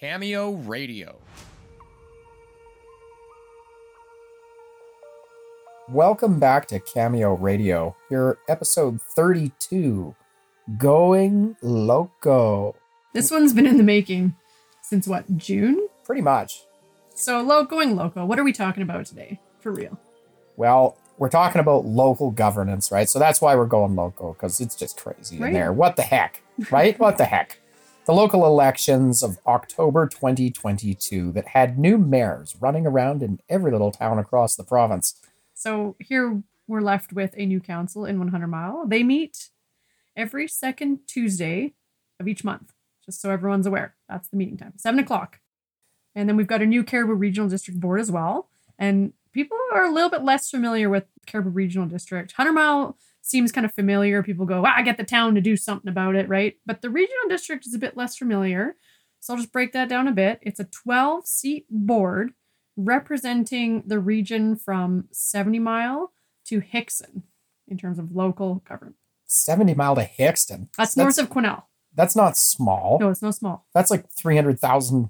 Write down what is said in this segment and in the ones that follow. Cameo Radio. Welcome back to Cameo Radio. Here, episode 32 Going Loco. This one's been in the making since what, June? Pretty much. So, lo- going loco, what are we talking about today? For real. Well, we're talking about local governance, right? So that's why we're going local because it's just crazy in Right. there. What the heck, right? what the heck? The local elections of October 2022 that had new mayors running around in every little town across the province. So, here we're left with a new council in 100 Mile. They meet every second Tuesday of each month, just so everyone's aware. That's the meeting time, seven o'clock. And then we've got a new Caribou Regional District Board as well. And people are a little bit less familiar with Caribou Regional District. 100 Mile seems kind of familiar. People go, wow, I get the town to do something about it, right? But the regional district is a bit less familiar. So I'll just break that down a bit. It's a 12 seat board representing the region from 70 Mile to Hickson in terms of local government. 70 mile to Hickston. That's, that's, north of Quesnel. that's not small. No, it's no small. That's like 300,000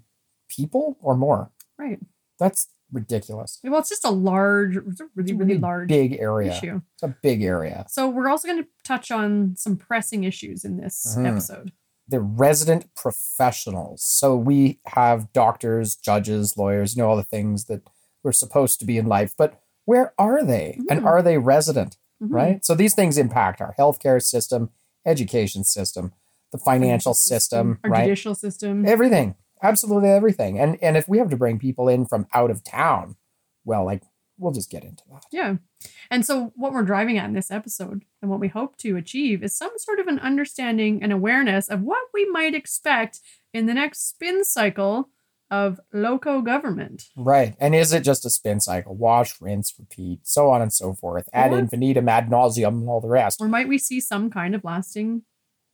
people or more. Right. That's ridiculous. Well, it's just a large, it's a It's really, a really large big area. issue. It's a big area. So we're also going to touch on some pressing issues in this Mhm. episode. The resident professionals. So we have doctors, judges, lawyers, you know, all the things that we're supposed to be in life, but where are they? And Mhm. are they resident, Mhm. right? So these things impact our healthcare system, education system, the financial system, Our right? judicial system. Everything. Absolutely everything. And and if we have to bring people in from out of town, well, like we'll just get into that. Yeah. And so, what we're driving at in this episode and what we hope to achieve is some sort of an understanding and awareness of what we might expect in the next spin cycle of loco government. Right. And is it just a spin cycle? Wash, rinse, repeat, so on and so forth, ad Or- infinitum, ad nauseum, and all the rest. Or might we see some kind of lasting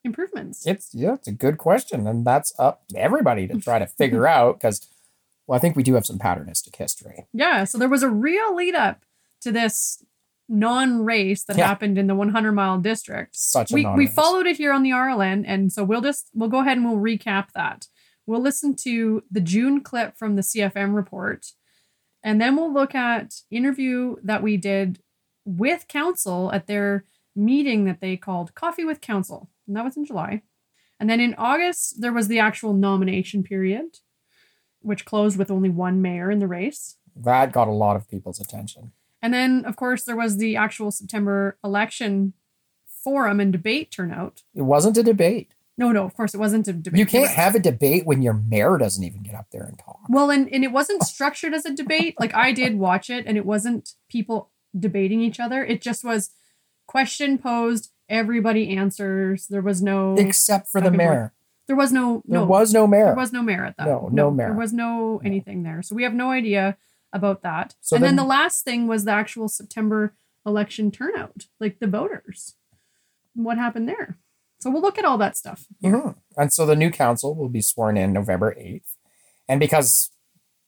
improvements? It's yeah, it's a good question. And that's up to everybody to try to Mm-hmm. figure out because well, I think we do have some patternistic history. Yeah. So, there was a real lead up to this non race that Yeah. happened in the 100 mile district. Such a we, we non-race. followed it here on the RLN, and so we'll just we'll go ahead and we'll recap that. We'll listen to the June clip from the CFM report, and then we'll look at interview that we did with council at their meeting that they called Coffee with Council, and that was in July. And then in August there was the actual nomination period, which closed with only one mayor in the race. That got a lot of people's attention. And then, of course, there was the actual September election forum and debate turnout. It wasn't a debate. No, no, of course it wasn't a debate. You can't Correct. have a debate when your mayor doesn't even get up there and talk. Well, and, and it wasn't structured as a debate. Like I did watch it and it wasn't people debating each other. It just was question posed, everybody answers. There was no Except for the Okay, mayor. there was no There no was no mayor. there was no merit though. No, no merit. There was no No. anything there. So we have no idea about that. So and then, then- the last thing was the actual September election turnout, like the voters. What happened there? So we'll look at all that stuff. Mhm. And so the new council will be sworn in November 8th. And because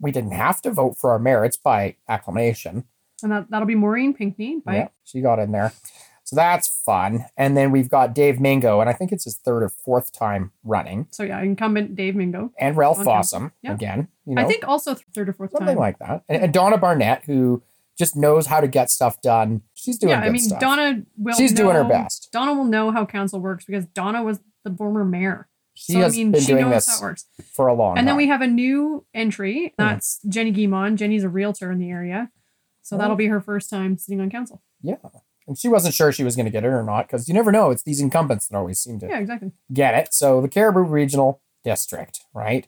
we didn't have to vote for our mayor, it's by acclamation. And that, that'll be Maureen Pinkney, right? Yeah, she got in there. So that's fun. And then we've got Dave Mingo, and I think it's his third or fourth time running, So yeah, incumbent Dave Mingo. and Ralph Okay. Fossum Yeah. again. You know, I think also th- third or fourth something time. like that. And, and Donna Barnett, who just knows how to get stuff done. She's doing. yeah, I good mean stuff. Donna will. She's doing her know- best. Donna will know how council works because Donna was the former mayor. She so has I mean, been she doing knows how this it works. for a long time. And then we have a new entry. Hmm. That's Jenny Guimon. Jenny's a realtor in the area, so Oh. that'll be her first time sitting on council. and she wasn't sure she was going to get it or not because you never know. It's these incumbents that always seem to Yeah, exactly. get it. So the Caribou Regional District, right?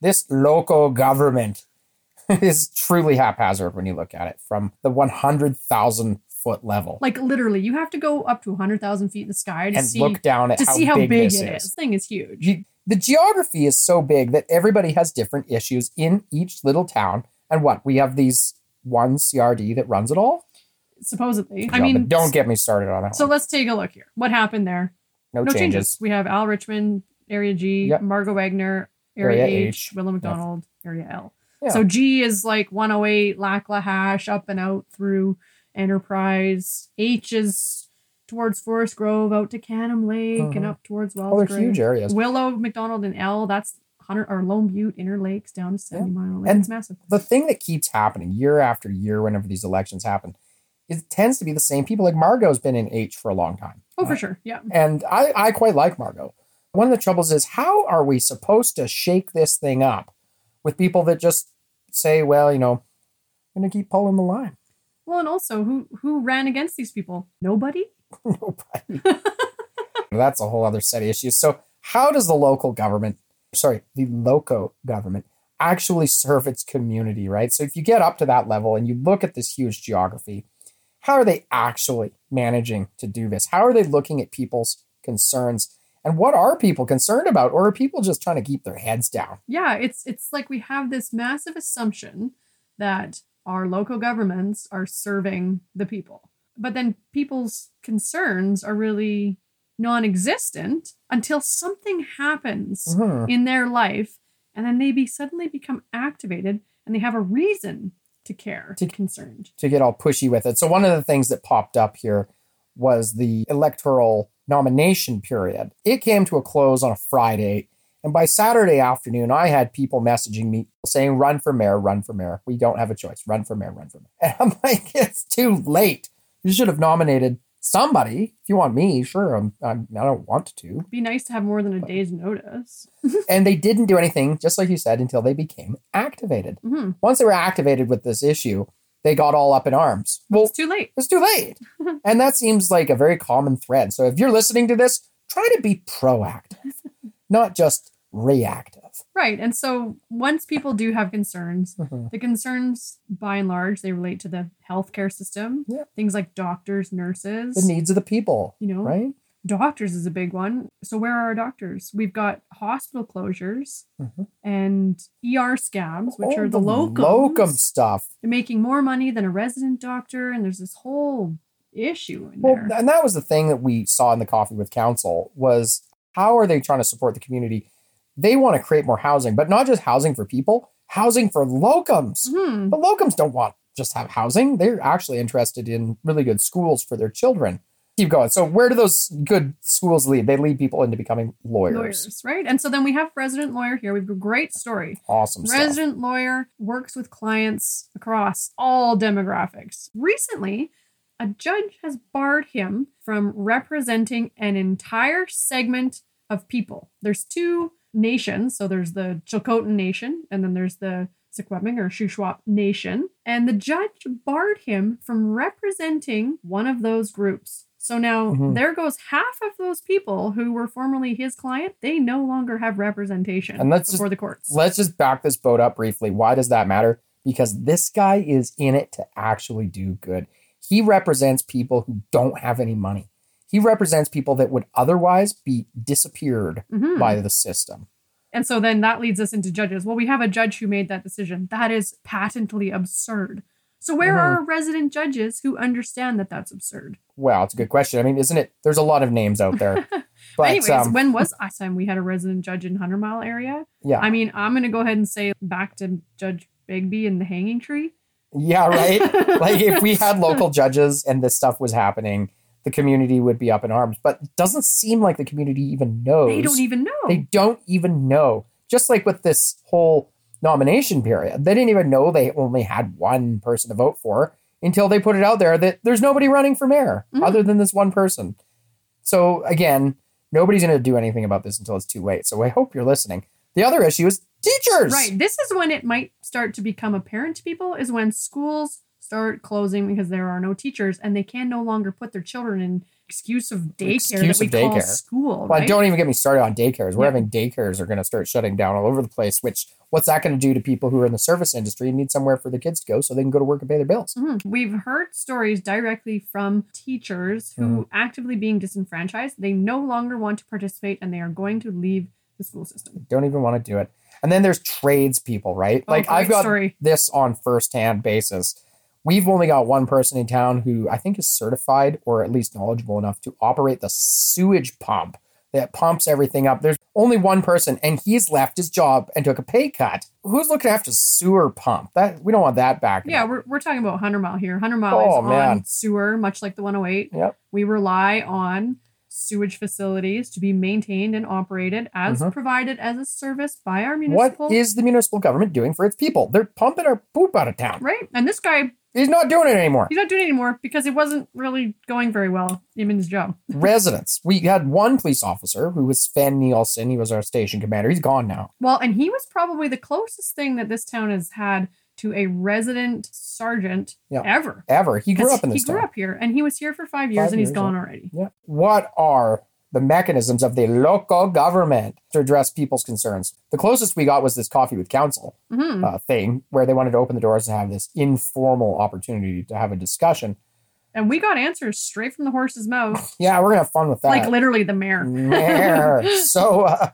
This local government is truly haphazard when you look at it from the 100,000 foot level Like literally, you have to go up to hundred thousand feet in the sky to and see look down at to how, see how big, big, this it is. This thing is huge. You- the geography is so big that everybody has different issues in each little town. And what? We have these one CRD that runs it all? Supposedly, I No, mean, but don't get me started on that. So one. let's take a look here. What happened there? No, no changes. changes. We have Al Richmond, Area G, Yep. Margot Wagner, Area, Area H, H. Willow McDonald, Area L. Yeah. So G is like 108, Lacklahash, up and out through Enterprise. H is towards Forest Grove, out to Canham Lake, and Mhm. up towards Wells Oh, they're Grove. huge areas. Willow, McDonald, and L, that's Hunter or Lone Butte, Inner Lakes, down to 70 Mile Lake. And- It's massive. the thing that keeps happening year after year whenever these elections happen it tends to be the same people like margot's been in h for a long time Oh, for sure. Yeah. and i, I quite like margot one of the troubles is how are we supposed to shake this thing up with people that just say well you know i'm going to keep pulling the line Well, and also, who who ran against these people? Nobody. Nobody. that's a whole other set of issues so how does the local government sorry the loco government actually serve its community right so if you get up to that level and you look at this huge geography how are they actually managing to do this? How are they looking at people's concerns? And what are people concerned about? Or are people just trying to keep their heads down? Yeah, it's it's like we have this massive assumption that our local governments are serving the people. But then people's concerns are really non-existent until something happens Mhm. in their life and then they be suddenly become activated and they have a reason to care, to To- concerned. To get all pushy with it. So, one of the things that popped up here was the electoral nomination period. It came to a close on a Friday. And by Saturday afternoon, I had people messaging me saying, run for mayor, run for mayor. We don't have a choice. Run for mayor, run for mayor. And I'm like, it's too late. You should have nominated somebody. If you want me, sure. I'm, I'm, I don't want to. It'd be nice to have more than a day's notice. and they didn't do anything, just like you said, until they became activated. Mhm. Once they were activated with this issue, they got all up in arms. Well, It's too late. it's too late. and that seems like a very common thread. So if you're listening to this, try to be proactive, not just reactive. Right. And so once people do have concerns, Mhm. the concerns by and large they relate to the healthcare system. Yeah. Things like doctors, nurses. The needs of the people, you know, right? doctors is a big one. So where are our doctors? We've got hospital closures Mhm. and ER scabs, which All are the, locums. locum stuff. They're making more money than a resident doctor, and there's this whole issue in Well, there. and that was the thing that we saw in the coffee with council was how are they trying to support the community? They want to create more housing, but not just housing for people, housing for locums. Mhm. But locums don't want just have housing. They're actually interested in really good schools for their children. Keep going. So where do those good schools lead? They lead people into becoming lawyers. Lawyers, right? And so then we have resident lawyer here. We've got a great story. Awesome stuff. resident lawyer works with clients across all demographics. Recently, a judge has barred him from representing an entire segment of people. There's two nations, so there's the Chilcotin Nation and then there's the Sequeming or Shuswap Nation, and the judge barred him from representing one of those groups. So now Mhm. there goes half of those people who were formerly his client, they no longer have representation And let's just- before the courts. Let's just back this boat up briefly. Why does that matter? Because this guy is in it to actually do good. He represents people who don't have any money. He represents people that would otherwise be disappeared Mhm. by the system. And so then that leads us into judges. Well, we have a judge who made that decision. That is patently absurd. So where Mhm. are our resident judges who understand that that's absurd? Wow, it's a good question. I mean, isn't it? There's a lot of names out there. But Anyways, um, when was last time we had a resident judge in Hunter Mile area? yeah. I mean, I'm going to go ahead and say back to Judge Bigby and the hanging tree. Yeah, right. like if we had local judges and this stuff was happening, the community would be up in arms. But it doesn't seem like the community even knows. They don't even know. They don't even know. Just like with this whole nomination period, they didn't even know they only had one person to vote for until they put it out there that there's nobody running for mayor Mhm. other than this one person. So again, nobody's going to do anything about this until it's too late. So I hope you're listening. The other issue is teachers. Right. This is when it might start to become apparent to people is when schools start closing because there are no teachers and they can no longer put their children in excuse of daycare Excuse that we of call daycare. school. Well, right? don't even get me started on daycares. We're Yeah. having daycares are going to start shutting down all over the place. Which what's that going to do to people who are in the service industry and need somewhere for the kids to go so they can go to work and pay their bills? Mhm. We've heard stories directly from teachers who Mm. actively being disenfranchised, they no longer want to participate and they are going to leave the school system. Don't even want to do it. And then there's trades people, right? Mm. Oh, like I've great got story. this on firsthand basis. We've only got one person in town who I think is certified or at least knowledgeable enough to operate the sewage pump that pumps everything up. There's only one person, and he's left his job and took a pay cut. Who's looking after sewer pump? That we don't want that back. in Yeah, we're, we're talking about Hunter Mile here. Hunter Mile Oh, is man. on sewer, much like the 108. Yep. We rely on sewage facilities to be maintained and operated as Mhm. provided as a service by our What municipal. is the municipal government doing for its people? They're pumping our poop out of town. right? And this guy, He's not doing it anymore. he's not doing it anymore because it wasn't really going very well, him and his job. Residents. We had one police officer who was Sven Nielsen. He was our station commander. He's gone now. Well, and he was probably the closest thing that this town has had to a resident sergeant Yeah. ever. Ever. He grew Because up in this he grew town. up here and he was here for five years Five and he's years, gone already. Yeah. What are the mechanisms of the local government to address people's concerns? The closest we got was this coffee with council hmm uh, thing, where they wanted to open the doors and have this informal opportunity to have a discussion. and we got answers straight from the horse's mouth, Yeah, we're gonna have fun with that. Mm. like literally the mayor. Meh. so uh,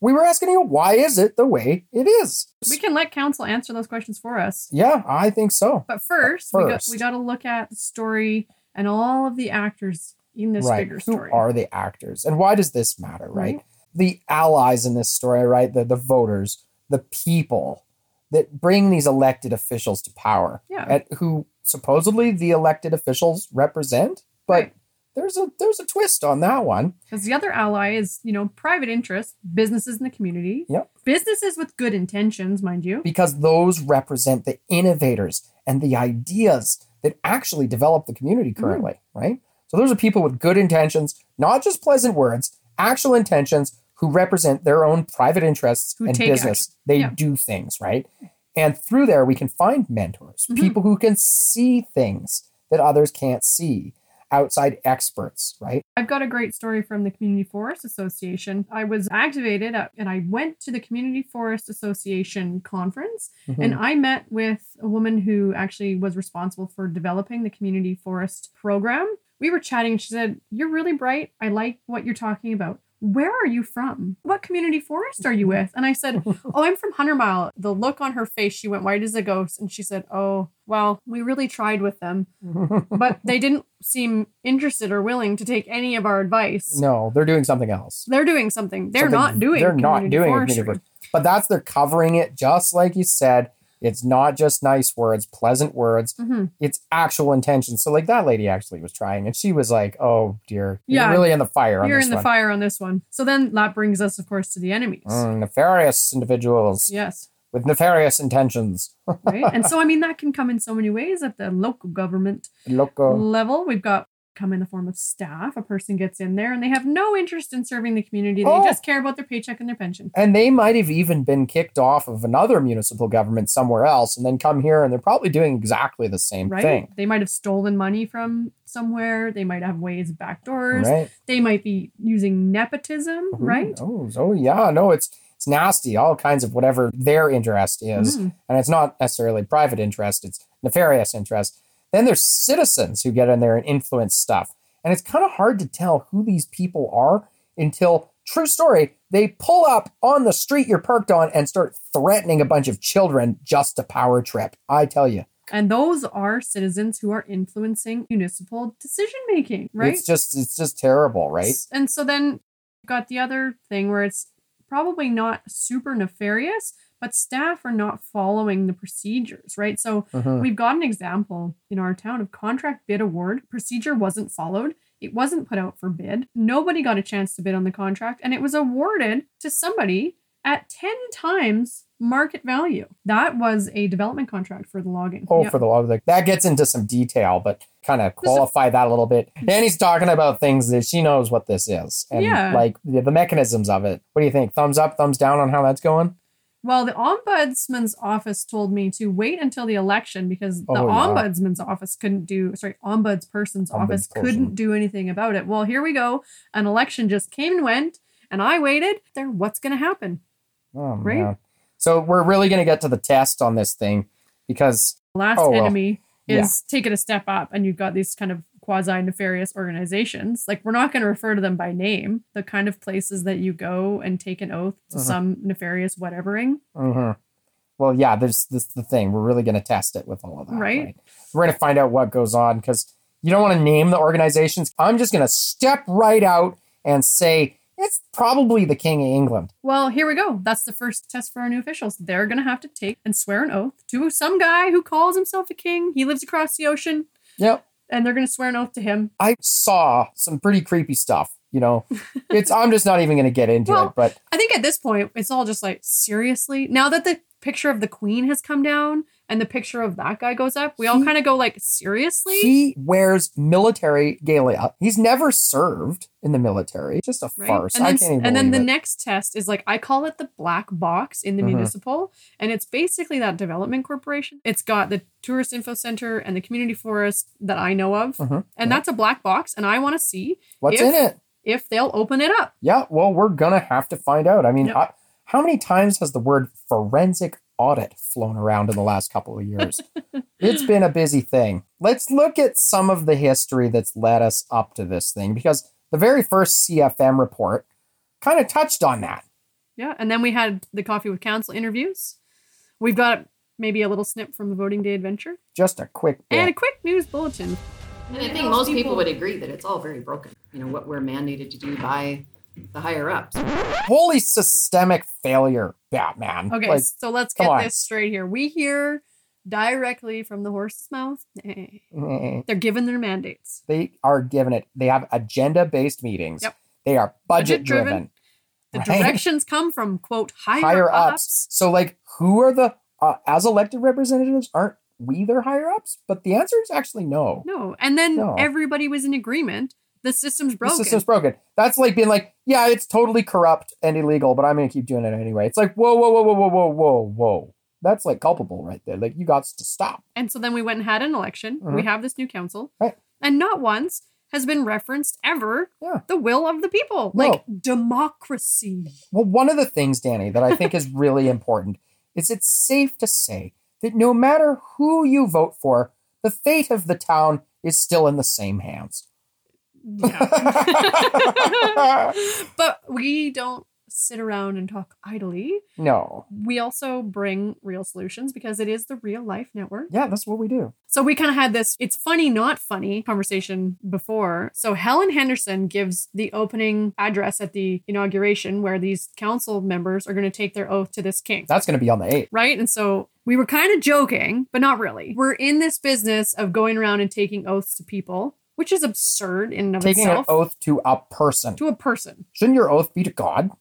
we were asking you, why is it the way it is? We can let council answer those questions for us. Yeah, I think so. But first, we got first. we got to look at the story and all of the actors in this right. bigger Who story. Mm-hmm. are the actors, and why does this matter? Right. the allies in this story, right? The the voters, the people that bring these elected officials to power. Yeah. At who supposedly the elected officials represent. But Right. there's a there's a twist on that one. Because the other ally is, you know, private interests, businesses in the community, Yep. businesses with good intentions, mind you. Because those represent the innovators and the ideas that actually develop the community Hmm. currently, right? So those are people with good intentions, not just pleasant words, actual intentions who represent their own private interests Who and take business. They Yeah. do things, right? And through there, we can find mentors, Mhm. people who can see things that others can't see, outside experts, right? I've got a great story from the Community Forest Association. I was activated at, and I went to the Community Forest Association conference Hmm. and I met with a woman who actually was responsible for developing the community forest program. We were chatting and she said, "You're really bright. I like what you're talking about. Where are you from? What community forest are you with?" And I said, "Oh, I'm from Hunter Mile." The look on her face, she went white as a ghost and she said, "Oh, well, we really tried with them, Mhm. but they didn't seem interested or willing to take any of our advice." no, they're doing something else. They're doing something. They're Something- not doing. They're not community doing a forestry. community forest. But that's they're covering it, just like you said. It's not just nice words, pleasant words. Mhm. It's actual intention. So, like that lady actually was trying, and she was like, "Oh dear, Yeah. you're really in the fire on You're this in the one." fire on this one. So then that brings us, of course, to the enemies. Mm, nefarious individuals Yes. with nefarious intentions. Right. and so, I mean, that can come in so many ways at the local government Loco. level. We've got come in the form of staff. A person gets in there and they have no interest in serving the community. They Oh. just care about their paycheck and their pension. And they might have even been kicked off of another municipal government somewhere else, and then come here, and they're probably doing exactly the same Right. thing. They might have stolen money from somewhere. They might have ways back doors. Right? They might be using nepotism. Who Right. knows? Oh yeah, no, it's it's nasty. All kinds of whatever their interest is, Mhm. and it's not necessarily private interest; it's nefarious interest. Then there's citizens who get in there and influence stuff, and it's kind of hard to tell who these people are until true story. They pull up on the street you're parked on and start threatening a bunch of children just a power trip. I tell you, And those are citizens who are influencing municipal decision making. Right. it's just it's just terrible, right? S- And so then you've got the other thing where it's probably not super nefarious, but staff are not following the procedures, right? So Mhm. we've got an example in our town of contract bid award. Procedure wasn't followed. It wasn't put out for bid. Nobody got a chance to bid on the contract, and it was awarded to somebody at 10 times market value. That was a development contract for the logging. Oh, Yeah. for the love of the that gets into some detail, but kind of qualify that a little bit. Annie's talking about things that she knows what this is and Yeah. like the, the mechanisms of it. What do you think? Thumbs up, thumbs down on how that's going? Well, the ombudsman's office told me to wait until the election because the Oh, yeah. ombudsman's office couldn't do, sorry, ombudsperson's office Ombudsperson. couldn't do anything about it. Well, here we go. An election just came and went, and I waited. There, what's going to happen? Oh, Right. man. So we're really going to get to the test on this thing because Last Oh, well. enemy Yeah. is taking a step up, and you've got these kind of quasi nefarious organizations. Like, we're not going to refer to them by name. The kind of places that you go and take an oath to Mhm. some nefarious whatevering. mhm. Well, yeah, there's this the thing. We're really going to test it with all of that. Right. We're going to find out what goes on because you don't want to name the organizations. I'm just going to step right out and say it's probably the King of England. Well, here we go. That's the first test for our new officials. They're going to have to take and swear an oath to some guy who calls himself a king. He lives across the ocean, Yep. and they're going to swear an oath to him. I saw some pretty creepy stuff you know, it's I'm just not even going to get into Well, it. But I think at this point, it's all just like, seriously? Now that the picture of the queen has come down and the picture of that guy goes up, we all He- kind of go like, seriously? he wears military galia. He's never served in the military. Just a right? farce. And I then, can't even and then the believe it. next test is like I call it the black box in the Mhm. municipal, and it's basically that development corporation. It's got the tourist info center and the community forest that I know of, Mhm. and Yeah. that's a black box. And I want to see What's if- in it? if they'll open it up. Yeah, well, we're gonna have to find out. I mean, Yep. I, how many times has the word forensic audit flown around in the last couple of years? it's been a busy thing. Let's look at some of the history that's led us up to this thing because the very first CFM report kind of touched on that. Yeah, and then we had the coffee with council interviews. We've got maybe a little snip from the voting day adventure Just a quick and bit. a quick news bulletin. And I think most people would agree that it's all very broken, you know, what we're mandated to do by the higher ups. Holy systemic failure, Batman. Okay, Like, so let's come get on. this straight here. We hear directly from the horse's mouth. eh, They're given their mandates. they are given it. They have agenda based meetings. Yep. They are budget Budget-driven. driven. The Right. directions come from quote higher, higher ups. ups. So like who are the uh, as elected representatives aren't we their higher ups? But the answer is actually no. No, and then No. everybody was in agreement. The system's broken. The system's broken. That's like being like, yeah, it's totally corrupt and illegal, but I'm gonna keep doing it anyway. It's like whoa, whoa, whoa, whoa, whoa, whoa, whoa, whoa. That's like culpable right there. Like you got to stop. and so then we went and had an election. We Mhm. have this new council, Right. and not once has been referenced ever Yeah. the will of the people, No. like democracy. Well, one of the things, Danny, that I think is really important is it's safe to say that no matter who you vote for, the fate of the town is still in the same hands. Yeah. but we don't sit around and talk idly. no. We also bring real solutions because it is the real life network. Yeah, that's what we do. So we kind of had this it's funny, not funny conversation before. So Helen Henderson gives the opening address at the inauguration where these council members are going to take their oath to this king. That's going to be on the eighth. Right. And so we were kind of joking, but not really. We're in this business of going around and taking oaths to people, which is absurd in and of Taking itself. an oath to a person. to a person, Shouldn't your oath be to God?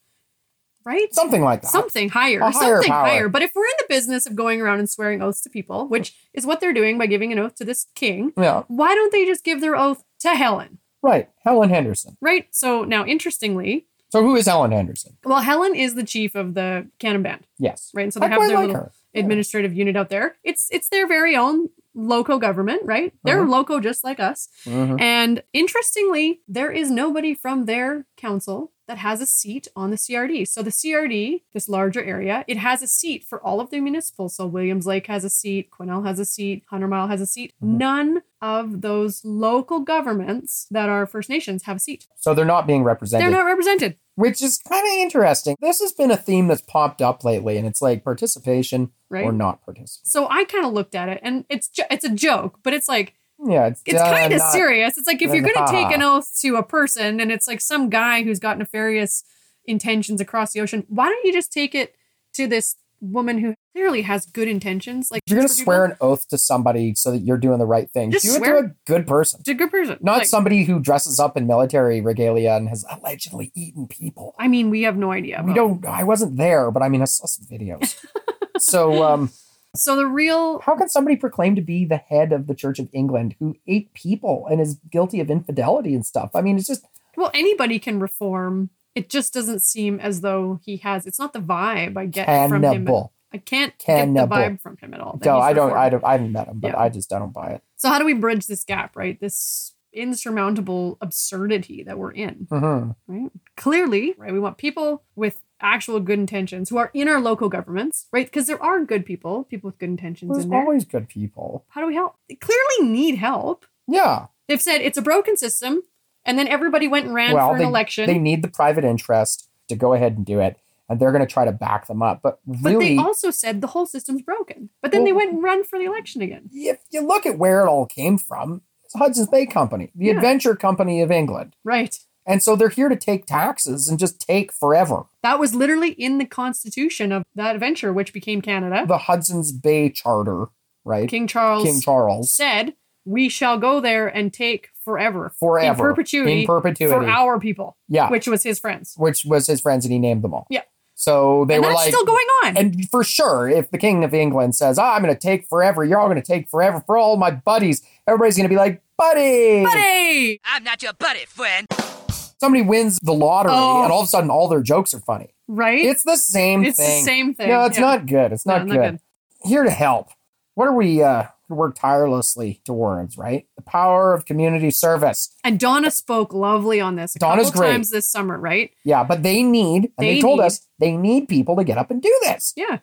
right? Something like that. Something higher, A higher something power. higher. But if we're in the business of going around and swearing oaths to people, which is what they're doing by giving an oath to this king, Yeah, why don't they just give their oath to Helen? right. Helen Henderson. Right? So now, interestingly, So who is Helen Henderson? well, Helen is the chief of the cannon band, Yes. right? And so I they have quite their like little her. administrative unit out there. It's it's their very own loco government, right? They're Mhm. loco just like us. Mhm. And interestingly, there is nobody from their council that has a seat on the CRD. So the CRD, this larger area, it has a seat for all of the municipal. So Williams Lake has a seat, Quesnel has a seat, Hunter Mile has a seat. Mhm. None of those local governments that are First Nations have a seat. So they're not being represented, They're not represented. which is kind of interesting. This has been a theme that's popped up lately, and it's like participation Right. or not participation. So I kind of looked at it and it's jo- it's a joke, but it's like Yeah, it's, it's uh, kind of not- serious. It's like if then you're going to ha-ha. take an oath to a person and it's like some guy who's got nefarious intentions across the ocean, why don't you just take it to this woman who clearly has good intentions? Like If you're going to for swear people? an oath to somebody so that you're doing the right thing, Just do swear- it to a good person, It's a good person. not Like, somebody who dresses up in military regalia and has allegedly eaten people. I mean, we have no idea. we about- don't i wasn't there but i mean i saw some videos so um So the real how can somebody proclaim to be the head of the church of england who ate people and is guilty of infidelity and stuff i mean it's just well, anybody can reform. It just doesn't seem as though he has. It's not the vibe I get from him. cannibal I can't get Cannibal. the vibe from him at all. that no he's i don't i reformed. don't i haven't met him but Yeah. i just i don't buy it So how do we bridge this gap, right? This insurmountable absurdity that we're in. hmm right? Clearly, right? We want people with actual good intentions who are in our local governments, right? Because there are good people, people with good intentions there's in there. always good people How do we help? They clearly need help. yeah They've said it's a broken system, and then everybody went and ran well for an they, election. they need the private interest to go ahead and do it and they're going to try to back them up but but really they also said the whole system's broken. But then they Well- went and ran for the election again. if you look at where it all came from it's hudson's bay company the Yeah. adventure company of england Right. And so they're here to take taxes and just take forever. That was literally in the constitution of that adventure, which became Canada. The Hudson's Bay Charter, right? King Charles King Charles. said we shall go there and take forever, forever in perpetuity, in perpetuity. for our people, yeah, which was his friends. which was his friends, and he named them all. Yeah. So they and were that's like, still going on. and for sure, if the king of England says, "Ah, "I'm going to take forever," you're all going to take forever for all my buddies. Everybody's going to be like, "Buddy, Buddy! I'm not your buddy, friend. Somebody wins the lottery, Oh. and all of a sudden, all their jokes are funny. Right? It's the same It's thing. the same thing. No, it's Yeah. not good. It's No, not, good. Here to help. What are we uh work tirelessly towards, right? The power of community service. And Donna spoke lovely on this a Donna's couple great. times this summer, right? Yeah, but they need, and they, They told need- us they need people to get up and do this. Yeah.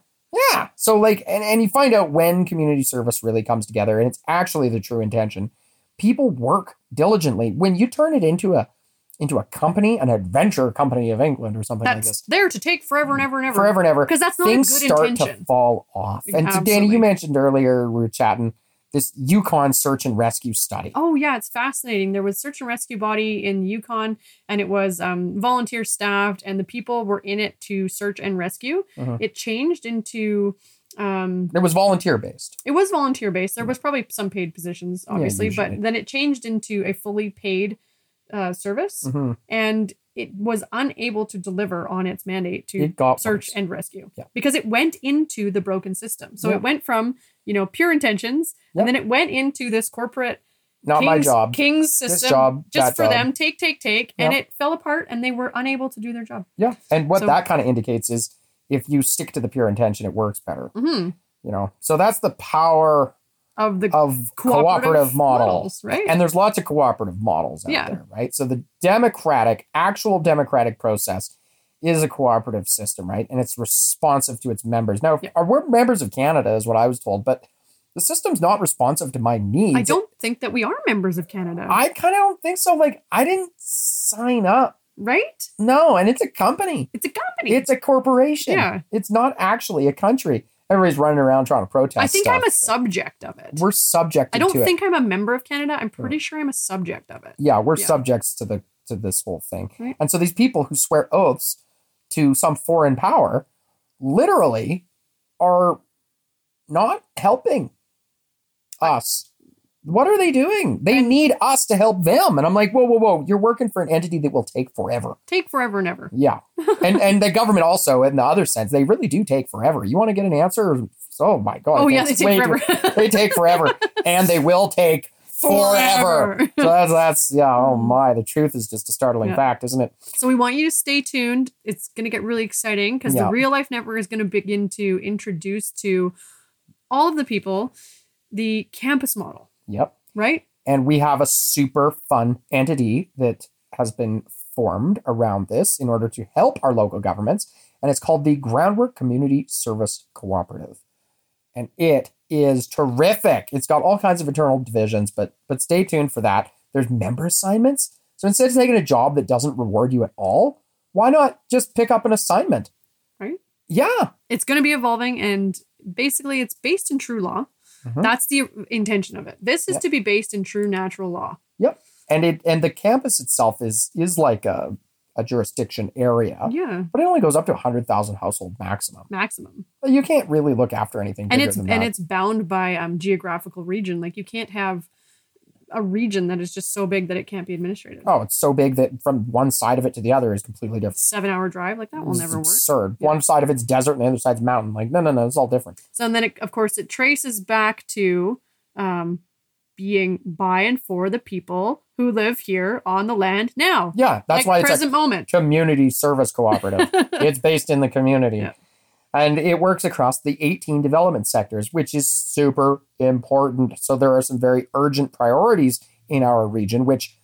Yeah. So like and, and you find out when community service really comes together and it's actually the true intention. People work diligently. When you turn it into a into a company, an adventure company of England or something like That's this. there to take forever and ever and ever. Forever and ever. Because that's not a good things start to intention. fall off. And so, Danny, Absolutely. you mentioned earlier we were chatting this Yukon search and rescue study. Oh yeah, it's fascinating. There was search and rescue body in Yukon, and it was um, volunteer staffed, and the people were in it to search and rescue. Mhm. It changed into um, It was volunteer based. it was volunteer based. There was probably some paid positions, obviously, usually. but then it changed into a fully paid uh, service, Mhm. and it was unable to deliver on its mandate to It got search worse. and rescue Yeah. because it went into the broken system. So Yeah. it went from you know pure intentions, Yeah. and then it went into this corporate Not king's, my job. king's system job, that just for job. them take take take, and it fell apart, and they were unable to do their job. Yeah. And what So- that kind of indicates is if you stick to the pure intention, it works better. Mhm. You know. So that's the power Of the of cooperative, Cooperative model. models, right. And there's lots of cooperative models out Yeah. there, right? So the democratic, actual democratic process is a cooperative system, right? And it's responsive to its members. Now, Yeah. are we're members of Canada, is what I was told, but the system's not responsive to my needs. I don't think that we are members of Canada, I kind of don't think so. Like, I didn't sign up. right? No, and it's a company. It's a company. It's a corporation. Yeah. It's not actually a country. Everybody's running around trying to protest. I think stuff. I'm a subject of it. We're subjected I don't to it. think I'm a member of Canada. I'm pretty sure I'm a subject of it. yeah, we're Yeah. subjects to the to this whole thing. Right. And so these people who swear oaths to some foreign power literally are not helping us. What are they doing? They need us to help them. And I'm like, whoa, whoa, whoa, you're working for an entity that will take forever. Take forever and ever. Yeah. And and the government also, in the other sense, they really do take forever. You want to get an answer? Oh my god. Oh yeah, they thanks. take Way too- forever. they take forever and they will take forever. Forever. so that's, that's yeah oh my the truth is just a startling Mm. Yeah. fact isn't it So we want you to stay tuned. It's going to get really exciting because Yeah. the Real Life Network is going to begin to introduce to all of the people the campus model, yep right? and we have a super fun entity that has been formed around this in order to help our local governments and it's called the groundwork community service cooperative and it is terrific it's got all kinds of internal divisions but but stay tuned for that there's member assignments so instead of taking a job that doesn't reward you at all why not just pick up an assignment Right. yeah It's going to be evolving and basically it's based in true law. Mhm. That's the intention of it. This is Yeah. to be based in true natural law. and it and the campus itself is is like a, a jurisdiction area Yeah, but it only goes up to 100000 household maximum maximum. you can't really look after anything and bigger it's than and that it's bound by um, geographical region. Like you can't have a region that is just so big that it can't be administrated. oh it's so big that from one side of it to the other is completely different Seven hour drive like that will It's never work. absurd Yeah. one side of it's desert and the other side's mountain like no no no it's all different So and then it, of course it traces back to um, being by and for the people who live here on the land now. yeah that's like why it's a present moment. community service cooperative. it's based in the community. Yeah. And it works across the 18 development sectors, which is super important. So there are some very urgent priorities in our region, which,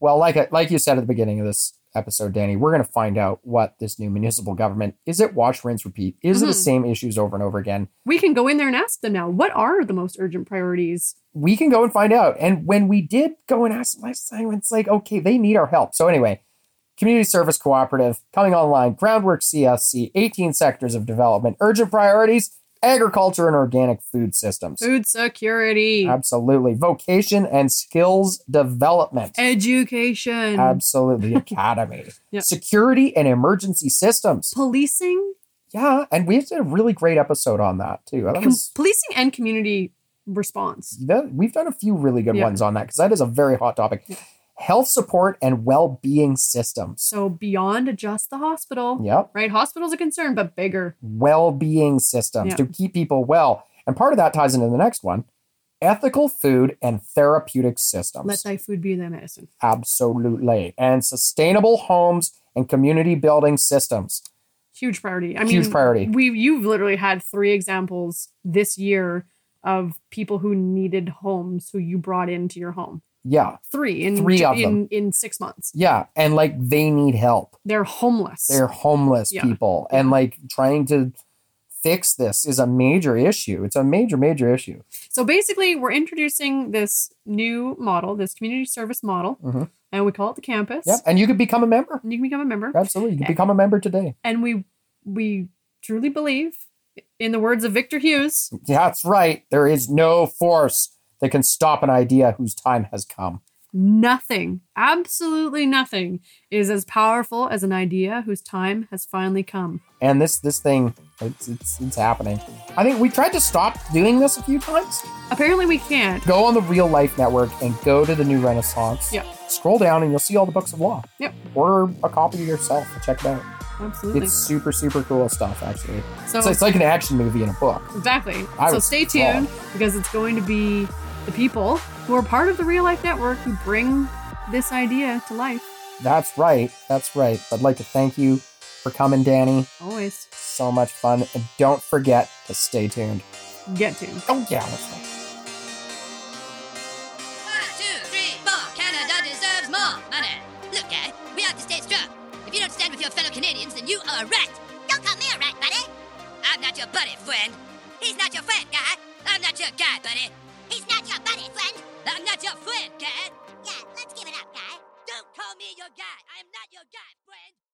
well, like I- like you said at the beginning of this episode, Danny, we're going to find out what this new municipal government is. It wash, rinse, repeat. Is it the Mhm. same issues over and over again? We can go in there and ask them now. What are the most urgent priorities? we can go and find out. And when we did go and ask Life Science, like, okay, they need our help. So anyway, Community Service Cooperative coming online, Groundwork CSC, 18 sectors of development, urgent priorities, agriculture and organic food systems. Food security, Absolutely. Vocation and skills development. education, Absolutely. Academy. Yeah. Security and emergency systems. policing, Yeah. And we did a really great episode on that too. That com- was policing and community response. That, we've done a few really good Yeah. ones on that because that is a very hot topic. Health support and well being systems. So beyond just the hospital, Yep. right? Hospital's a concern, but bigger. Well being systems Yeah. to keep people well. And part of that ties into the next one ethical food and therapeutic systems. Let thy food be thy medicine. Absolutely. And sustainable homes and community building systems. Huge priority. I mean, Huge priority. We you've literally had three examples this year of people who needed homes who you brought into your home. Yeah. Three in Three of in, in six months. Yeah. And like they need help. They're homeless. They're homeless Yeah. people. And like trying to fix this is a major issue. It's a major, major issue. So basically, we're introducing this new model, this community service model, Mhm. and we call it the campus. Yeah. And you could become a member. And you can become a member. Absolutely. You Yeah. can become a member today. And we we truly believe, in the words of Victor Hughes, That's right. There is no force that can stop an idea whose time has come. Mm. nothing, absolutely nothing, is as powerful as an idea whose time has finally come. And this this thing, it's it's, it's happening. I think we tried to stop doing this a few times. Apparently, we can't. go on the Real Life Network and go to the New Renaissance. Yep. Scroll down and you'll see all the books of law. Yep. Order a copy yourself and check it out. Absolutely. It's super, super cool stuff, actually. so So it's like an action movie in a book. exactly. I so was stay tuned because it's going to be the people who are part of the Real Life Network who bring this idea to life. That's right. That's right. I'd like to thank you for coming, Danny. Always So much fun. And don't forget to stay tuned. get to. Oh, yeah. Let's go. One, two, three, four. Canada deserves more money. Look, guy, we have to stay strong. If you don't stand with your fellow Canadians, then you are a rat. Don't call me a rat, buddy. I'm not your buddy, friend. He's not your friend, guy. I'm not your guy, buddy. He's not your buddy, friend. I'm not your friend, guy. Yeah, let's give it up, guy. Don't call me your guy. I'm not your guy, friend.